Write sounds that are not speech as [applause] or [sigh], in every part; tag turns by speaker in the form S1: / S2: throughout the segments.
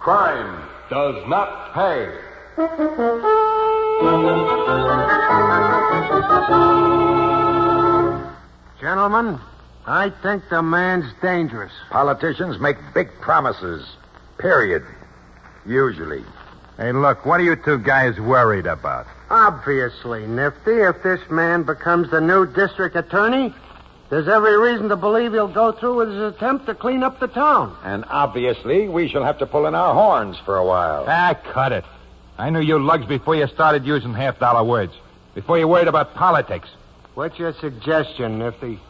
S1: Crime does not pay.
S2: Gentlemen, I think the man's dangerous.
S3: Politicians make big promises. Period. Usually.
S4: Hey, look, what are you two guys worried about?
S2: Obviously, Nifty, if this man becomes the new district attorney, there's every reason to believe he'll go through with his attempt to clean up the town.
S3: And obviously, we shall have to pull in our horns for a while.
S4: Ah, cut it. I knew you lugs before you started using half dollar words, before you worried about politics.
S2: What's your suggestion, Nifty?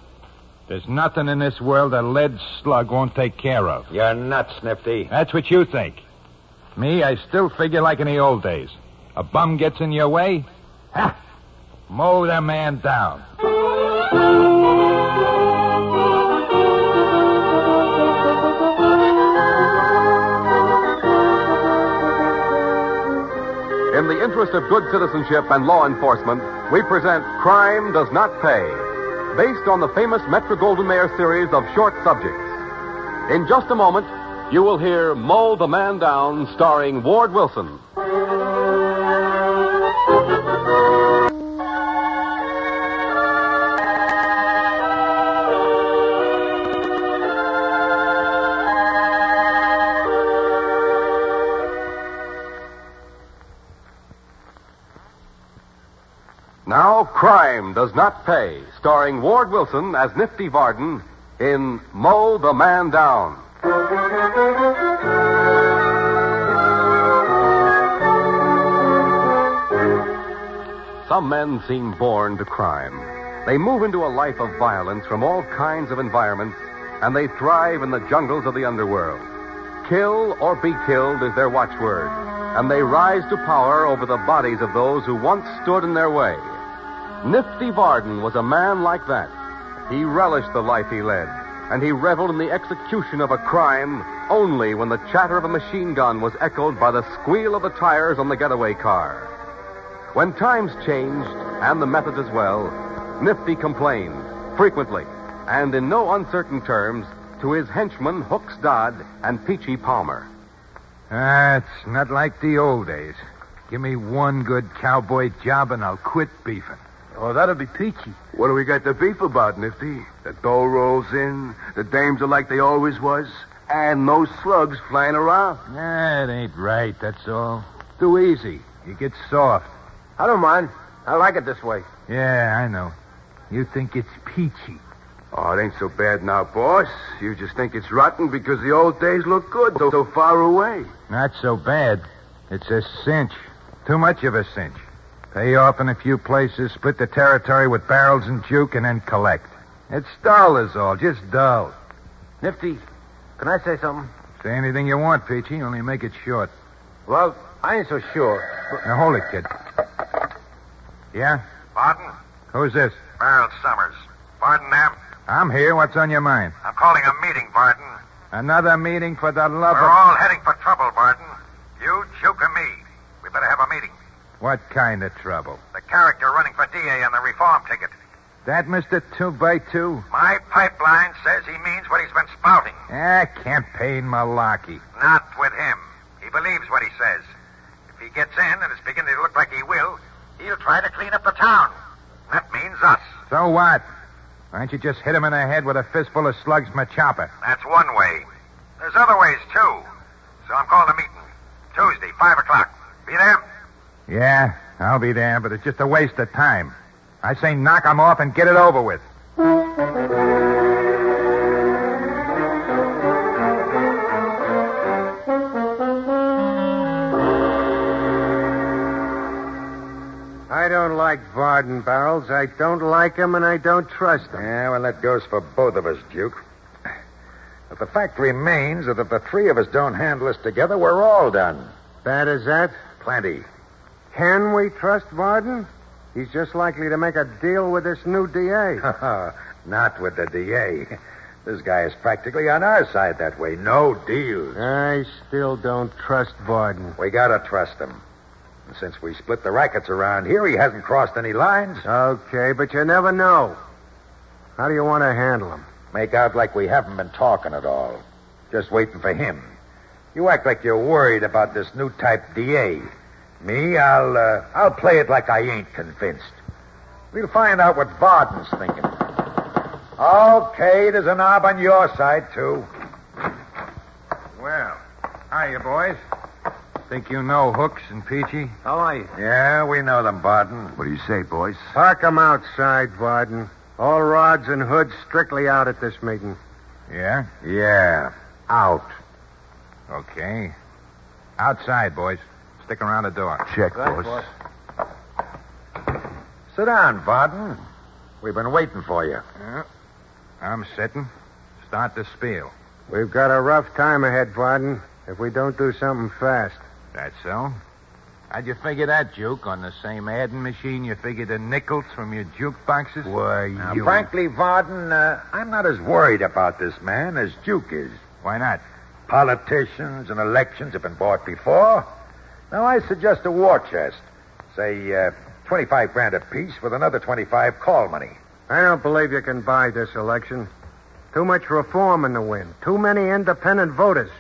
S4: There's nothing in this world a lead slug won't take care of.
S3: You're nuts, Nifty.
S4: That's what you think. Me, I still figure like in the old days. A bum gets in your way, ha! Mow the man down.
S1: In the interest of good citizenship and law enforcement, we present Crime Does Not Pay, based on the famous Metro Goldwyn Mayer series of short subjects. In just a moment, you will hear Mow the Man Down, starring Ward Wilson. Now, Crime Does Not Pay, starring Ward Wilson as Nifty Varden in Mow the Man Down. Some men seem born to crime. They move into a life of violence from all kinds of environments, and they thrive in the jungles of the underworld. Kill or be killed is their watchword, and they rise to power over the bodies of those who once stood in their way. Nifty Varden was a man like that. He relished the life he led, and he reveled in the execution of a crime only when the chatter of a machine gun was echoed by the squeal of the tires on the getaway car. When times changed, and the methods as well, Nifty complained frequently and in no uncertain terms to his henchmen Hooks Dodd and Peachy Palmer.
S4: Ah, it's not like the old days. Give me one good cowboy job and I'll quit beefing.
S5: Oh, that'll be peachy.
S6: What do we got to beef about, Nifty? The dough rolls in, the dames are like they always was, and no slugs flying around.
S4: Nah, it ain't right, that's all. Too easy. You get soft.
S2: I don't mind. I like it this way.
S4: Yeah, I know. You think it's peachy.
S6: Oh, it ain't so bad now, boss. You just think it's rotten because the old days look good so, so far away.
S4: Not so bad. It's a cinch. Too much of a cinch. Pay off in a few places, split the territory with barrels and juke, and then collect. It's dull is all, just dull.
S2: Nifty, can I say something?
S4: Say anything you want, Peachy, only make it short.
S2: Well, I ain't so sure.
S4: Now hold it, kid. Yeah?
S7: Barton,
S4: Who's this?
S7: Merrill Summers. Barton, am
S4: I'm here. What's on your mind?
S7: I'm calling a meeting, Barton.
S4: Another meeting for the love
S7: We're
S4: of
S7: all heading for trouble, Barton. You, Juke, and me. We better have a meeting.
S4: what kind of trouble?
S7: The character running for DA on the reform ticket.
S4: That Mister Two by Two?
S7: My pipeline says he means what he's been spouting.
S4: Ah, campaign malarkey.
S7: Not with him. He believes what he says. If he gets in, and it's beginning to look like he will, he'll try to clean up the town. That means us.
S4: So what? Why don't you just hit him in the head with a fistful of slugs from a chopper?
S7: That's one way. There's other ways, too. So I'm calling a meeting. Tuesday, 5 o'clock. Be there?
S4: Yeah, I'll be there, but it's just a waste of time. I say knock 'em off and get it over with.
S2: I don't like Varden barrels. I don't like him, and I don't trust him.
S3: Yeah, well, that goes for both of us, Duke. But the fact remains that if the three of us don't handle this together, we're all done.
S2: Bad as that?
S3: Plenty. [laughs]
S2: Can we trust Varden? He's just likely to make a deal with this new DA.
S3: Not with the DA. This guy is practically on our side that way. No deals.
S2: I still don't trust Varden.
S3: We gotta trust him. And since we split the rackets around here, he hasn't crossed any lines.
S2: Okay, but you never know. How do you want to handle him?
S3: Make out like we haven't been talking at all. Just waiting for him. You act like you're worried about this new type DA. Me, I'll uh, I'll play it like I ain't convinced. We'll find out what Varden's thinking. Okay, there's a knob on your side too.
S4: Well, hiya, boys. Think you know Hooks and Peachy?
S2: How are you?
S3: Yeah, we know them, Varden.
S6: What do you say, boys?
S2: Park 'em outside, Varden. All rods and hoods strictly out at this meeting.
S4: Yeah?
S3: Yeah, out.
S4: Okay. Outside, boys. Stick around the door.
S6: Check, boss.
S3: Sit down, Varden. We've been waiting for you.
S4: Yeah. I'm sitting. Start the spiel.
S2: We've got a rough time ahead, Varden, if we don't do something fast.
S4: That so? How'd you figure that, Juke? On the same adding machine you figured the nickels from your jukeboxes?
S6: Why,
S3: Now,
S6: you...
S3: frankly, Varden, uh, I'm not as worried about this man as Duke is.
S4: Why not?
S3: Politicians and elections have been bought before. Now, I suggest a war chest. Say, uh, 25 grand apiece with another 25 call money.
S2: I don't believe you can buy this election. Too much reform in the wind. Too many independent voters.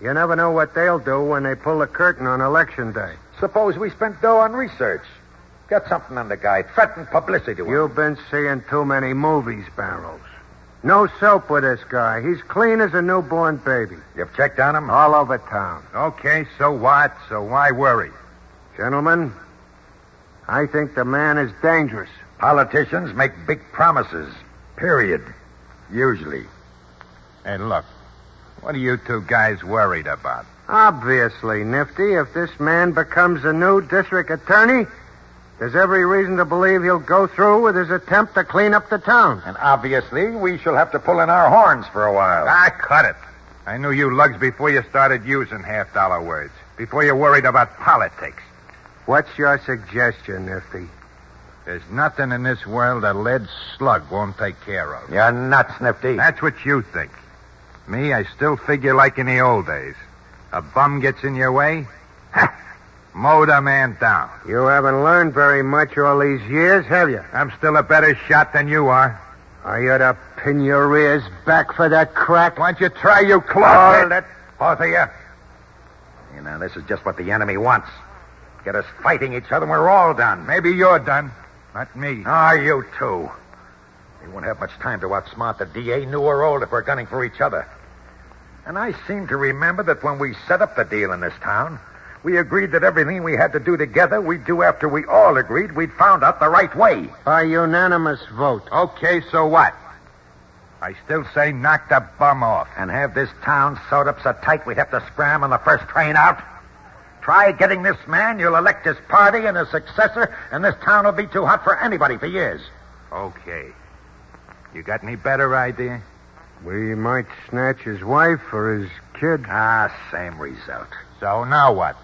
S2: You never know what they'll do when they pull the curtain on election day.
S3: Suppose we spent dough on research. Get something on the guy. Threaten publicity to him.
S2: You've been seeing too many movies, Barrels. No soap with this guy. He's clean as a newborn baby.
S3: You've checked on him?
S2: All over town.
S4: Okay, so what? So why worry?
S2: Gentlemen, I think the man is dangerous.
S3: Politicians make big promises. Period. Usually.
S4: Hey, look. What are you two guys worried about?
S2: Obviously, Nifty, if this man becomes the new district attorney, there's every reason to believe he'll go through with his attempt to clean up the town.
S3: And obviously, we shall have to pull in our horns for a while.
S4: I Ah, cut it. I knew you lugs before you started using half dollar words. Before you worried about politics.
S2: What's your suggestion, Nifty?
S4: There's nothing in this world a lead slug won't take care of.
S3: You're nuts, Nifty.
S4: That's what you think. Me, I still figure like in the old days. A bum gets in your way, [laughs] mow the man down.
S2: You haven't learned very much all these years, have you?
S4: I'm still a better shot than you are.
S2: Are you to pin your ears back for that crack?
S4: Why don't you try, you
S3: Hold
S4: clown?
S3: it, both of you. You know, this is just what the enemy wants. Get us fighting each other, and we're all done.
S4: Maybe you're done, not me.
S3: Ah, you too. We won't have much time to outsmart the DA, new or old, if we're gunning for each other. And I seem to remember that when we set up the deal in this town, we agreed that everything we had to do together, we'd do after we all agreed we'd found out the right way.
S2: By unanimous vote.
S4: Okay, so what? I still say knock the bum off.
S3: And have this town sewed up so tight we'd have to scram on the first train out? Try getting this man, you'll elect his party and his successor, and this town will be too hot for anybody for years.
S4: Okay. You got any better idea?
S2: We might snatch his wife or his kid.
S3: Ah, same result.
S4: So now what?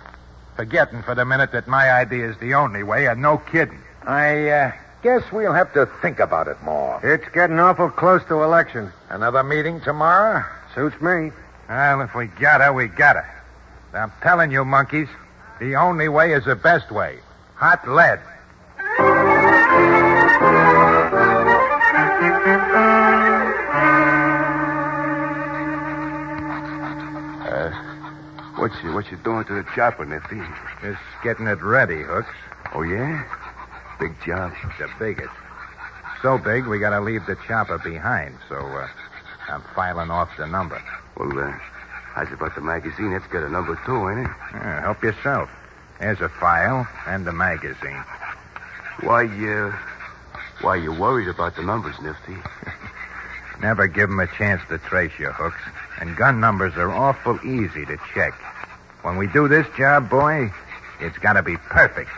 S4: Forgetting for the minute that my idea is the only way, and no kidding.
S3: I uh, guess we'll have to think about it more.
S2: It's getting awful close to election.
S3: Another meeting tomorrow?
S2: Suits me.
S4: Well, if we got her, we got her. I'm telling you, monkeys, the only way is the best way. Hot lead.
S6: Uh, What you, what you doing to the chopper, Nifty?
S4: Just getting it ready, Hooks.
S6: Oh, yeah? Big job.
S4: The biggest. So big, we gotta leave the chopper behind, so, uh, I'm filing off the number.
S6: Well, uh, how's about the magazine? That's got a number two, ain't it?
S4: Yeah, help yourself. Here's a file and the magazine.
S6: Why, uh, why you worried about the numbers, Nifty?
S4: Never give 'em a chance to trace you, Hooks. And gun numbers are awful easy to check. When we do this job, boy, it's gotta be perfect.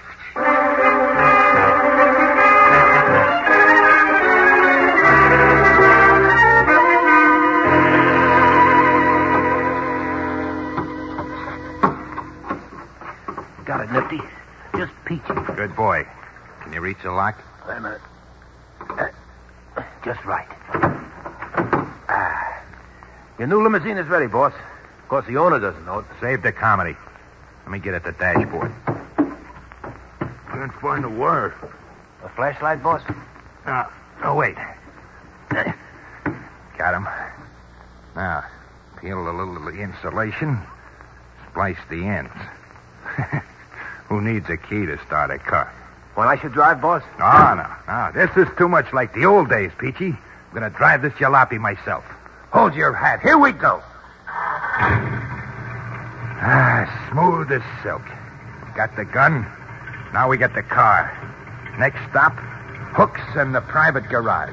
S5: Got it, Nifty. Just peachy.
S4: Good boy. Can you reach the lock?
S5: Wait a minute. Uh, just right. Ah. Your new limousine is ready, boss. Of course, the owner doesn't know it.
S4: Save the comedy. Let me get at the dashboard.
S6: Couldn't find a wire.
S5: A flashlight, boss?
S4: Uh, oh, [coughs] wait. Got him. Now, peel a little of the insulation, splice the ends. [laughs] Who needs a key to start a car?
S5: Well, I should drive, boss.
S4: No, no, no. This is too much like the old days, Peachy. I'm going to drive this jalopy myself. Hold your hat. Here we go. [sighs] Ah, smooth as silk. Got the gun. Now we get the car. Next stop, Hooks and the private garage.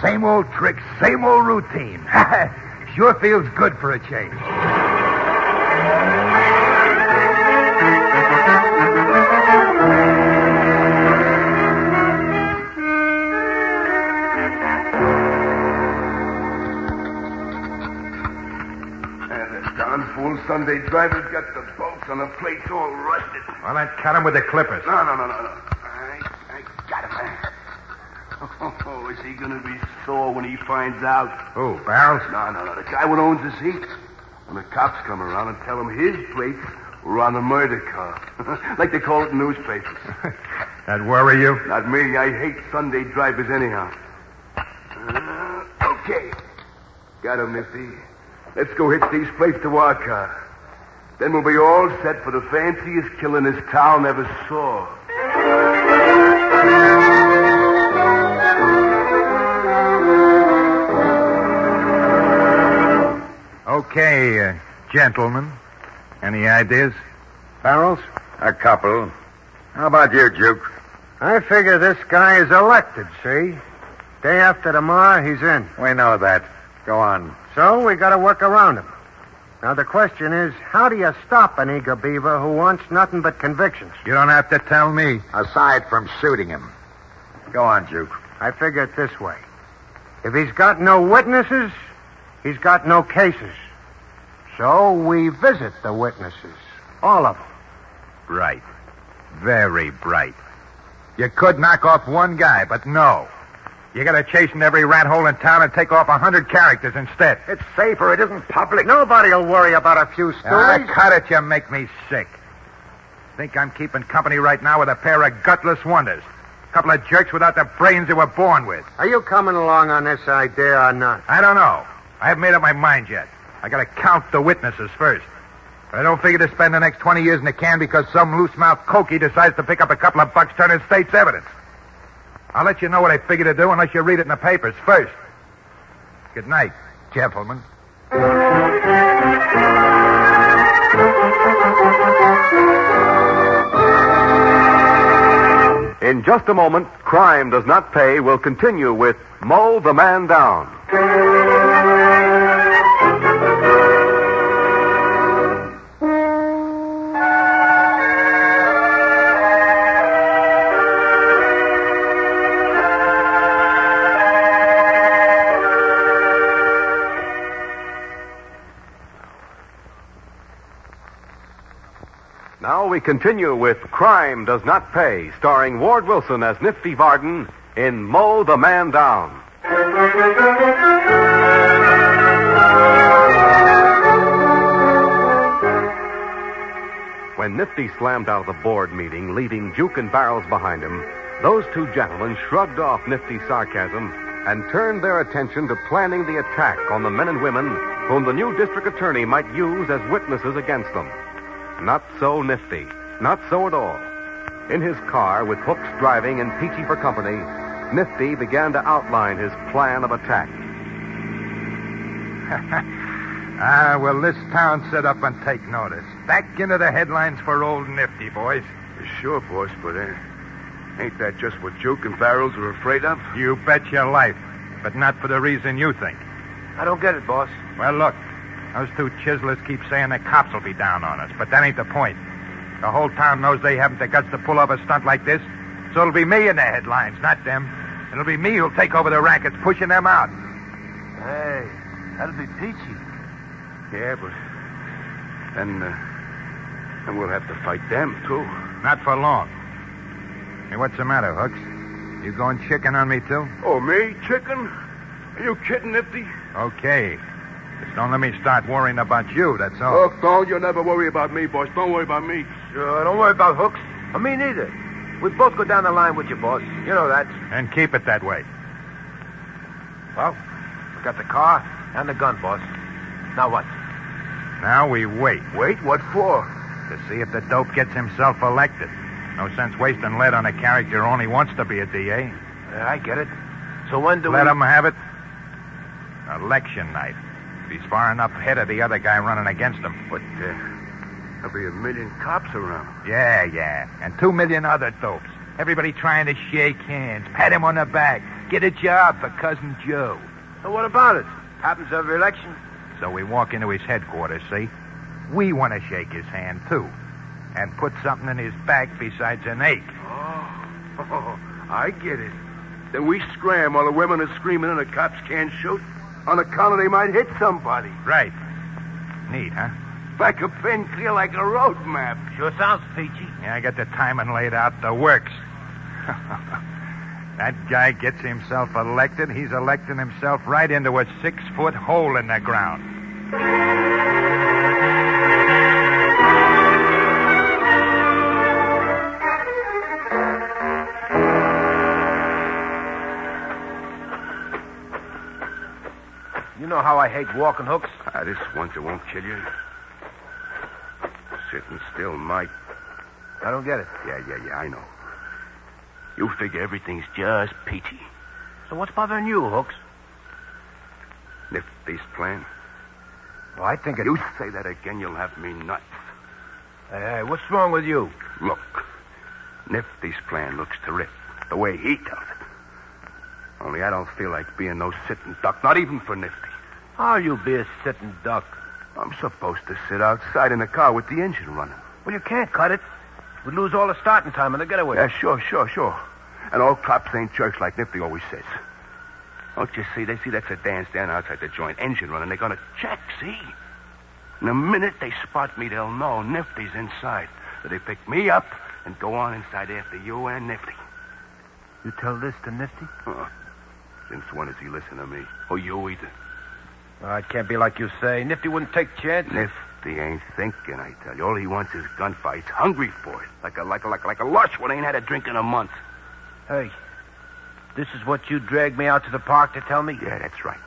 S4: Same old tricks, same old routine. [laughs] sure feels good for a change.
S6: And the darn fool Sunday driver's got the bolts on the plates all rusted.
S4: Well, then cut him with the clippers.
S6: No, no, no, no, no. I, I got him. [laughs] Oh, is he going to be sore when he finds out?
S4: Who, barrels? [laughs]
S6: No, no, no. The guy who owns the seat. When the cops come around and tell him his plates were on the murder car. [laughs] like they call it in newspapers.
S4: That worry you?
S6: Not me. I hate Sunday drivers anyhow. Uh, okay. Got him, Nifty. Let's go hitch these plates to our car. Then we'll be all set for the fanciest killing this town ever saw.
S4: Okay, uh, gentlemen. Any ideas? Barrels?
S3: A couple. How about you, Juke?
S2: I figure this guy is elected, see? Day after tomorrow, he's in.
S3: We know that. Go on.
S2: So we gotta work around him. Now the question is, how do you stop an eager beaver who wants nothing but convictions?
S4: You don't have to tell me.
S3: Aside from shooting him. Go on, Juke.
S2: I figure it this way. If he's got no witnesses, he's got no cases. So we visit the witnesses. All of them.
S4: Bright. Very bright. You could knock off one guy, but no. You gotta chase in every rat hole in town and take off a hundred characters instead.
S3: It's safer. It isn't public.
S2: Nobody'll worry about a few
S4: Ah,
S2: stories.
S4: cut it, you make me sick. Think I'm keeping company right now with a pair of gutless wonders. Couple of jerks without the brains they were born with.
S2: Are you coming along on this idea or not?
S4: I don't know. I haven't made up my mind yet. I gotta count the witnesses first. I don't figure to spend the next 20 years in the can because some loose mouth cokey decides to pick up a couple of bucks turning state's evidence. I'll let you know what I figure to do unless you read it in the papers first. Good night, gentlemen.
S1: In just a moment, Crime Does Not Pay will continue with Mow the Man Down. Now we continue with Crime Does Not Pay, starring Ward Wilson as Nifty Varden in Mow the Man Down. When Nifty slammed out of the board meeting, leaving Juke and Barrels behind him, those two gentlemen shrugged off Nifty's sarcasm and turned their attention to planning the attack on the men and women whom the new district attorney might use as witnesses against them. Not so nifty. Not so at all. In his car, with Hooks driving and Peachy for company, Nifty began to outline his plan of attack.
S4: Ah, well, this town set up and take notice. Back into the headlines for old Nifty, boys.
S6: Sure, boss, but uh, ain't that just what Juke and Barrels were afraid of?
S4: You bet your life, but not for the reason you think.
S5: I don't get it, boss.
S4: Well, look, those two chiselers keep saying the cops will be down on us, but that ain't the point. The whole town knows they haven't the guts to pull off a stunt like this, so it'll be me in the headlines, not them. It'll be me who'll take over the rackets, pushing them out.
S5: Hey, that'll be peachy.
S6: Yeah, but then, uh, then we'll have to fight them, too.
S4: Not for long. Hey, what's the matter, Hooks? You going chicken on me, too?
S6: Oh, me? Chicken? Are you kidding, Nifty?
S4: Okay. Just don't let me start worrying about you, that's all.
S6: Oh, don't you never worry about me, boss. Don't worry about me.
S5: Sure, don't worry about hooks. Or me neither. We both go down the line with you, boss. You know that.
S4: And keep it that way.
S5: Well, we got the car and the gun, boss. Now what?
S4: Now we wait
S6: Wait, what for?
S4: to see if the dope gets himself elected. No sense wasting lead on a character who only wants to be a DA.
S5: Yeah, Uh, I get it. So when do
S4: Let
S5: we...
S4: him have it. Election night. If he's far enough ahead of the other guy running against him.
S6: But uh, there'll be a million cops around.
S4: Yeah, yeah. And two million other dopes. Everybody trying to shake hands, pat him on the back, get a job for Cousin Joe.
S5: And what about it? Happens every election.
S4: So we walk into his headquarters, see? We want to shake his hand, too. And put something in his bag besides an ache.
S6: Oh, [laughs] I get it. Then we scram while the women are screaming and the cops can't shoot on account of they might hit somebody.
S4: Right. Neat, huh?
S6: Like a pen clear like a road map.
S5: Sure sounds peachy.
S4: Yeah, I got the timing laid out, the works. [laughs] that guy gets himself elected, he's electing himself right into a six foot hole in the ground.
S5: You know how I hate walking hooks.
S6: Ah, this once it won't kill you. Sitting still, Mike.
S5: I don't get it.
S6: Yeah, yeah, yeah, I know. You figure everything's just peachy.
S5: So what's bothering you, Hooks?
S6: Nifty's plan.
S5: Well, I think it.
S6: You say that again, you'll have me nuts.
S5: Hey, hey, what's wrong with you?
S6: Look, Nifty's plan looks terrific, the way he tells it. Only I don't feel like being no sitting duck, not even for Nifty.
S5: How'll you be a sitting duck?
S6: I'm supposed to sit outside in the car with the engine running.
S5: Well, you can't cut it. We'd lose all the starting time in the getaway.
S6: Yeah, sure, sure, sure. And all cops ain't jerks like Nifty always says. Don't you see? They see that's a dance down outside the joint, engine running. They're gonna check, see? And the minute they spot me, they'll know Nifty's inside. So they pick me up and go on inside after you and Nifty. Uh-uh.
S5: You tell this to Nifty?
S6: Since when does he listen to me? Or you either?
S5: Oh, it can't be like you say. Nifty wouldn't take chances.
S6: Nifty ain't thinking, I tell you. All he wants is gunfights. Hungry for it. Like a like a like a like a lush one ain't had a drink in a month.
S5: Hey, this is what you dragged me out to the park to tell me?
S6: Yeah, that's right.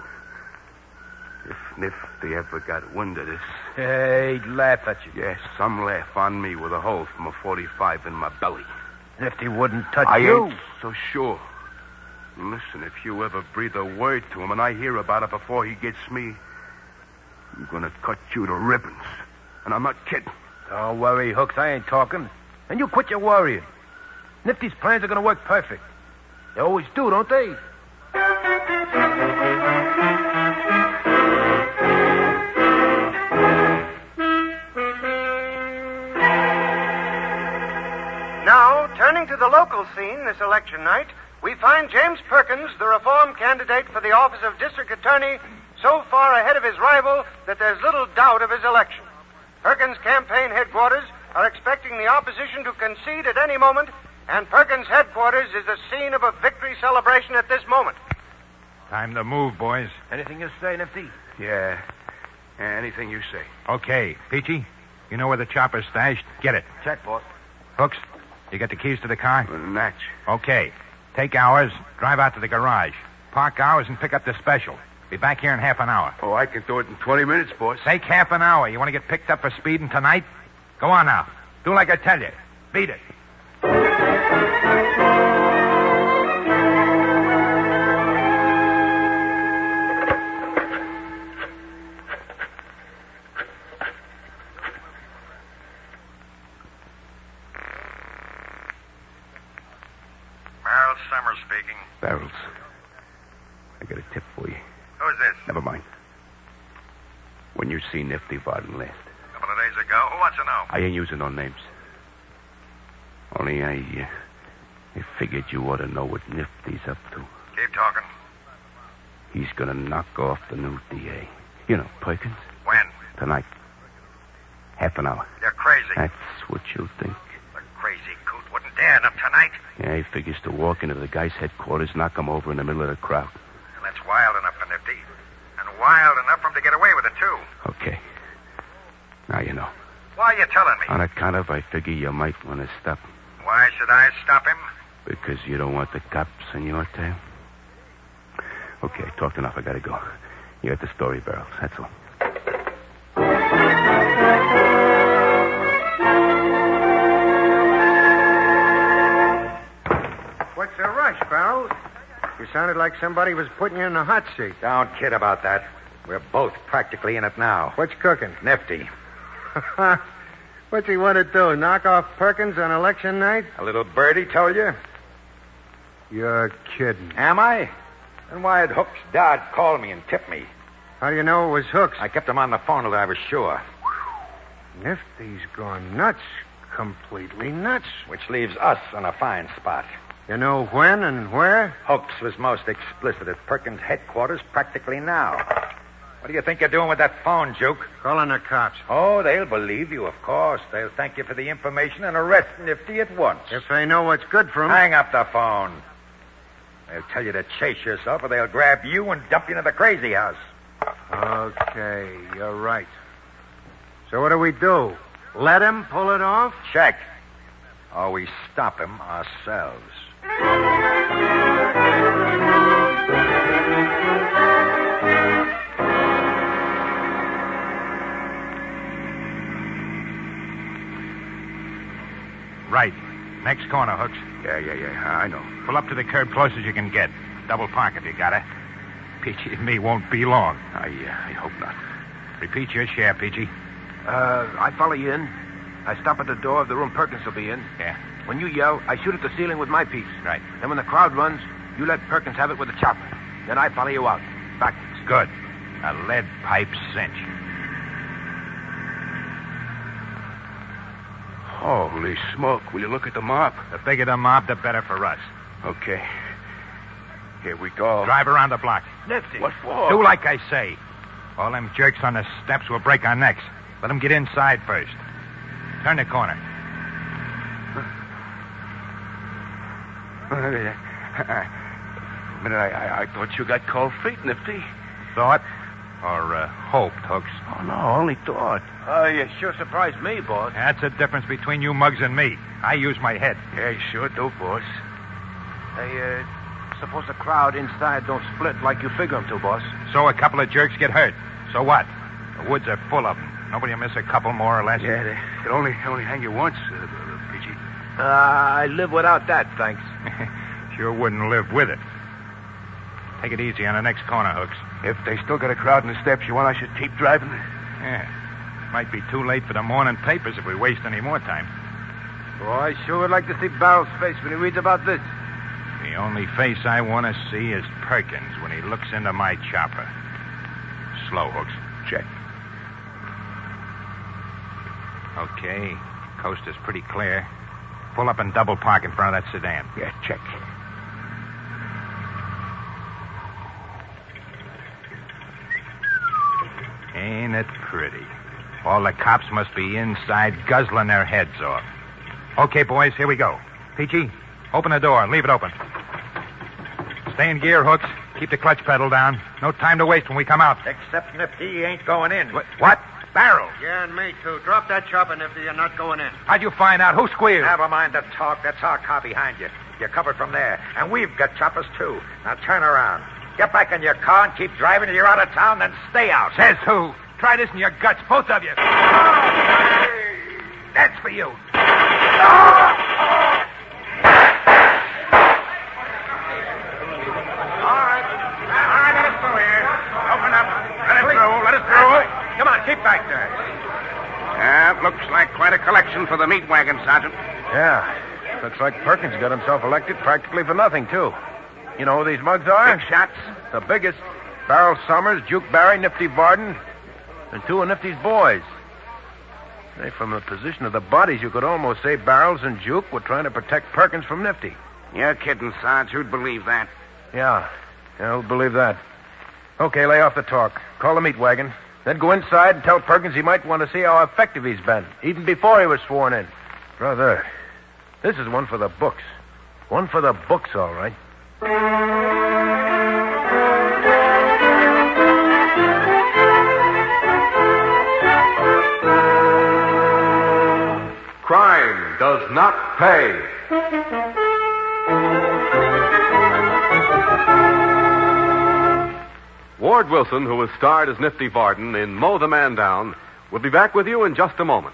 S6: If Nifty ever got wind of this,
S5: Hey, he'd laugh at you.
S6: yes, some laugh on me with a hole from a forty-five in my belly.
S5: Nifty wouldn't touch
S6: I
S5: you.
S6: ain't so sure. Listen, if you ever breathe a word to him and I hear about it before he gets me, I'm gonna cut you to ribbons. And I'm not kidding.
S5: Don't worry, Hooks. I ain't talking. And you quit your worrying. Nifty's plans are going to work perfect. They always do, don't they?
S2: Now, turning to the local scene this election night, we find James Perkins, the reform candidate for the office of district attorney, so far ahead of his rival that there's little doubt of his election. Perkins' campaign headquarters are expecting the opposition to concede at any moment, and Perkins' headquarters is the scene of a victory celebration at this moment.
S4: Time to move, boys.
S5: Anything you say, Nifty?
S6: Yeah. Anything you say.
S4: Okay, Peachy, you know where the chopper's stashed? Get it.
S5: Check, boss.
S4: Hooks, you got the keys to the car?
S6: Natch.
S4: Okay. Take ours, drive out to the garage, park ours, and pick up the special. Be back here in half an hour.
S6: Oh, I can do it in 20 minutes, boss.
S4: Take half an hour. You want to get picked up for speeding tonight? Go on now. Do like I tell you. Beat it.
S7: Merrill Summers speaking.
S6: Barrels. I got a tip for you.
S7: Who's this?
S6: Never mind. When you see Nifty Varden last,
S7: A couple of days ago. Who wants to know?
S6: I ain't using no names. Only I, uh, I figured you ought to know what Nifty's up to.
S7: Keep talking.
S6: He's gonna knock off the new DA. You know, Perkins.
S7: When?
S6: Tonight. Half an hour.
S7: You're crazy.
S6: That's what you think.
S7: The crazy coot wouldn't dare enough tonight.
S6: Yeah, he figures to walk into the guy's headquarters, knock him over in the middle of the crowd.
S7: And that's wild enough for Nifty. And wild enough for him to get away with it, too.
S6: Okay. Now you know.
S7: Why are you telling me?
S6: On account of, I figure you might want to stop him
S7: Why should I stop him?
S6: because you don't want the cops in your tail. Okay, I talked enough. I gotta go. You got the story, Barrels. That's all.
S7: Well,
S2: like somebody was putting you in a hot seat.
S3: Don't kid about that. We're both practically in it now.
S2: What's cooking? [laughs]
S3: Nifty.
S2: What's he want to do? Knock off Perkins on election night?
S3: A little birdie told you?
S2: You're kidding.
S3: Am I? Then why had Hooks Dodd call me and tip me?
S2: How do you know it was Hooks?
S3: I kept him on the phone till I was sure.
S2: Nifty's gone nuts. Completely nuts.
S3: Which leaves us in a fine spot.
S2: You know when and where?
S3: Hooks was most explicit at Perkins' headquarters practically now. What do you think you're doing with that phone, Juke?
S2: Calling the cops.
S3: Oh, they'll believe you, of course. They'll thank you for the information and arrest Nifty at once.
S2: If they know what's good for 'em.
S3: Hang up the phone. They'll tell you to chase yourself, or they'll grab you and dump you into the crazy house.
S2: Okay, you're right. So what do we do? Let him pull it off?
S3: Check. Or we stop him ourselves.
S4: Right. Next corner, Hooks.
S3: Yeah, yeah, yeah. I know.
S4: Pull up to the curb close as you can get. Double park if you got it. Peachy and me won't be long.
S6: Ah,
S3: I, uh, I hope not.
S4: Repeat your share, Peachy.
S5: Uh, I follow you in. I stop at the door of the room Perkins will be in.
S4: Yeah.
S5: When you yell, I shoot at the ceiling with my piece.
S4: Right.
S5: Then when the crowd runs, you let Perkins have it with the chopper. Then I follow you out. Backwards.
S4: Good. A lead pipe cinch.
S6: Holy smoke. Will you look at the mop?
S4: The bigger the mob, the better for us.
S6: Okay. Here we go.
S4: Drive around the block.
S5: Nifty.
S6: What for? [laughs]
S4: Do like I say. All them jerks on the steps will break our necks. Let them get inside first. Turn the corner.
S6: minute, I, I, I thought you got cold feet, Nifty.
S4: Thought or uh, hoped, Hooks.
S6: Oh, no, only thought.
S5: Oh, you sure surprised me, boss.
S4: That's the difference between you mugs and me. I use my head.
S6: Yeah, you sure do, boss.
S5: Hey, uh, suppose the crowd inside don't split like you figure 'em to, boss.
S4: So a couple of jerks get hurt. So what? The woods are full of 'em. Nobody will miss a couple more or less.
S6: Yeah, they can only, only hang you once, uh, uh, Pidgey.
S5: Uh, I live without that, thanks.
S4: [laughs] sure wouldn't live with it. Take it easy on the next corner, Hooks.
S6: If they still got a crowd in the steps, you want I should keep driving?
S4: Yeah. Might be too late for the morning papers if we waste any more time.
S5: Oh, I sure would like to see Barrel's face when he reads about this.
S4: The only face I want to see is Perkins when he looks into my chopper. Slow, Hooks.
S6: Check.
S4: Okay. Coast is pretty clear. Pull up and double park in front of that sedan.
S6: Yeah, check.
S4: Ain't it pretty? All the cops must be inside guzzling their heads off. Okay, boys, here we go. Peachy, open the door and leave it open. Stay in gear, Hooks. Keep the clutch pedal down. No time to waste when we come out.
S7: Except Nifty he ain't going in.
S4: What? what? Barrels.
S2: Yeah, and me too. Drop that chopper, Nifty. You're not going in.
S4: How'd you find out? Who squealed?
S7: Never mind the talk. That's our car behind you. You're covered from there. And we've got choppers, too. Now turn around. Get back in your car and keep driving till you're out of town, then stay out.
S4: Says who? Try this in your guts, both of you. That's for you.
S5: Come on, keep back there.
S1: Yeah, looks like quite a collection for the meat wagon, Sergeant.
S5: Yeah. Looks like Perkins got himself elected practically for nothing, too. You know who these mugs are?
S1: Big shots.
S5: The biggest. Barrel Summers, Duke Barry, Nifty Varden, and two of Nifty's boys. Say, from the position of the bodies, you could almost say Barrels and Juke were trying to protect Perkins from Nifty.
S1: You're kidding, Sarge. Who'd believe that?
S5: Yeah. Yeah, who'd believe that? Okay, lay off the talk. Call the meat wagon. Then go inside and tell Perkins he might want to see how effective he's been, even before he was sworn in. Brother, this is one for the books. One for the books, all right.
S1: Crime does not pay. Ward Wilson, who was starred as Nifty Varden in Mow the Man Down, will be back with you in just a moment.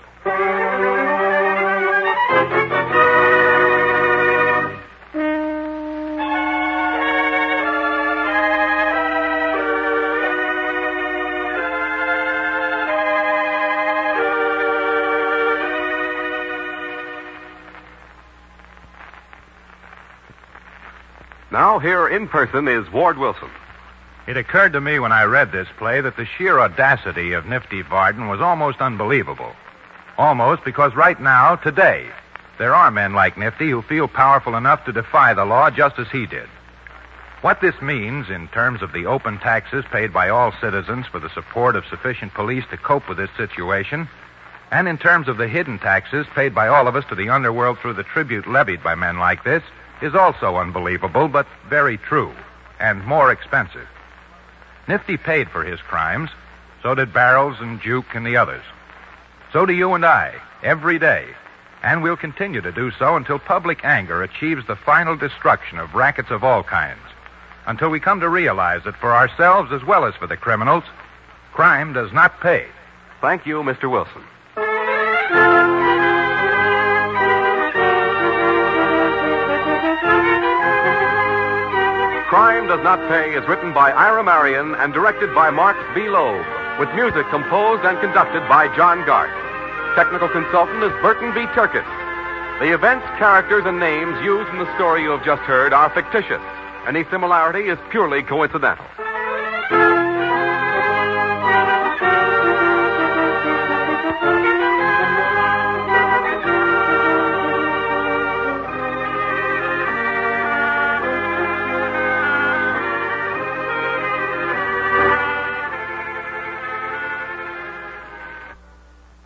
S1: Now, here in person is Ward Wilson.
S4: It occurred to me when I read this play that the sheer audacity of Nifty Varden was almost unbelievable. Almost because right now, today, there are men like Nifty who feel powerful enough to defy the law just as he did. What this means in terms of the open taxes paid by all citizens for the support of sufficient police to cope with this situation, and in terms of the hidden taxes paid by all of us to the underworld through the tribute levied by men like this, is also unbelievable, but very true, and more expensive. Nifty paid for his crimes. So did Barrels and Juke and the others. So do you and I, every day. And we'll continue to do so until public anger achieves the final destruction of rackets of all kinds. Until we come to realize that for ourselves as well as for the criminals, crime does not pay.
S1: Thank you, Mr. Wilson. Crime Does Not Pay is written by Ira Marion and directed by Mark B. Loeb, with music composed and conducted by John Gart. Technical consultant is Burton B. Turkis. The events, characters, and names used in the story you have just heard are fictitious. Any similarity is purely coincidental.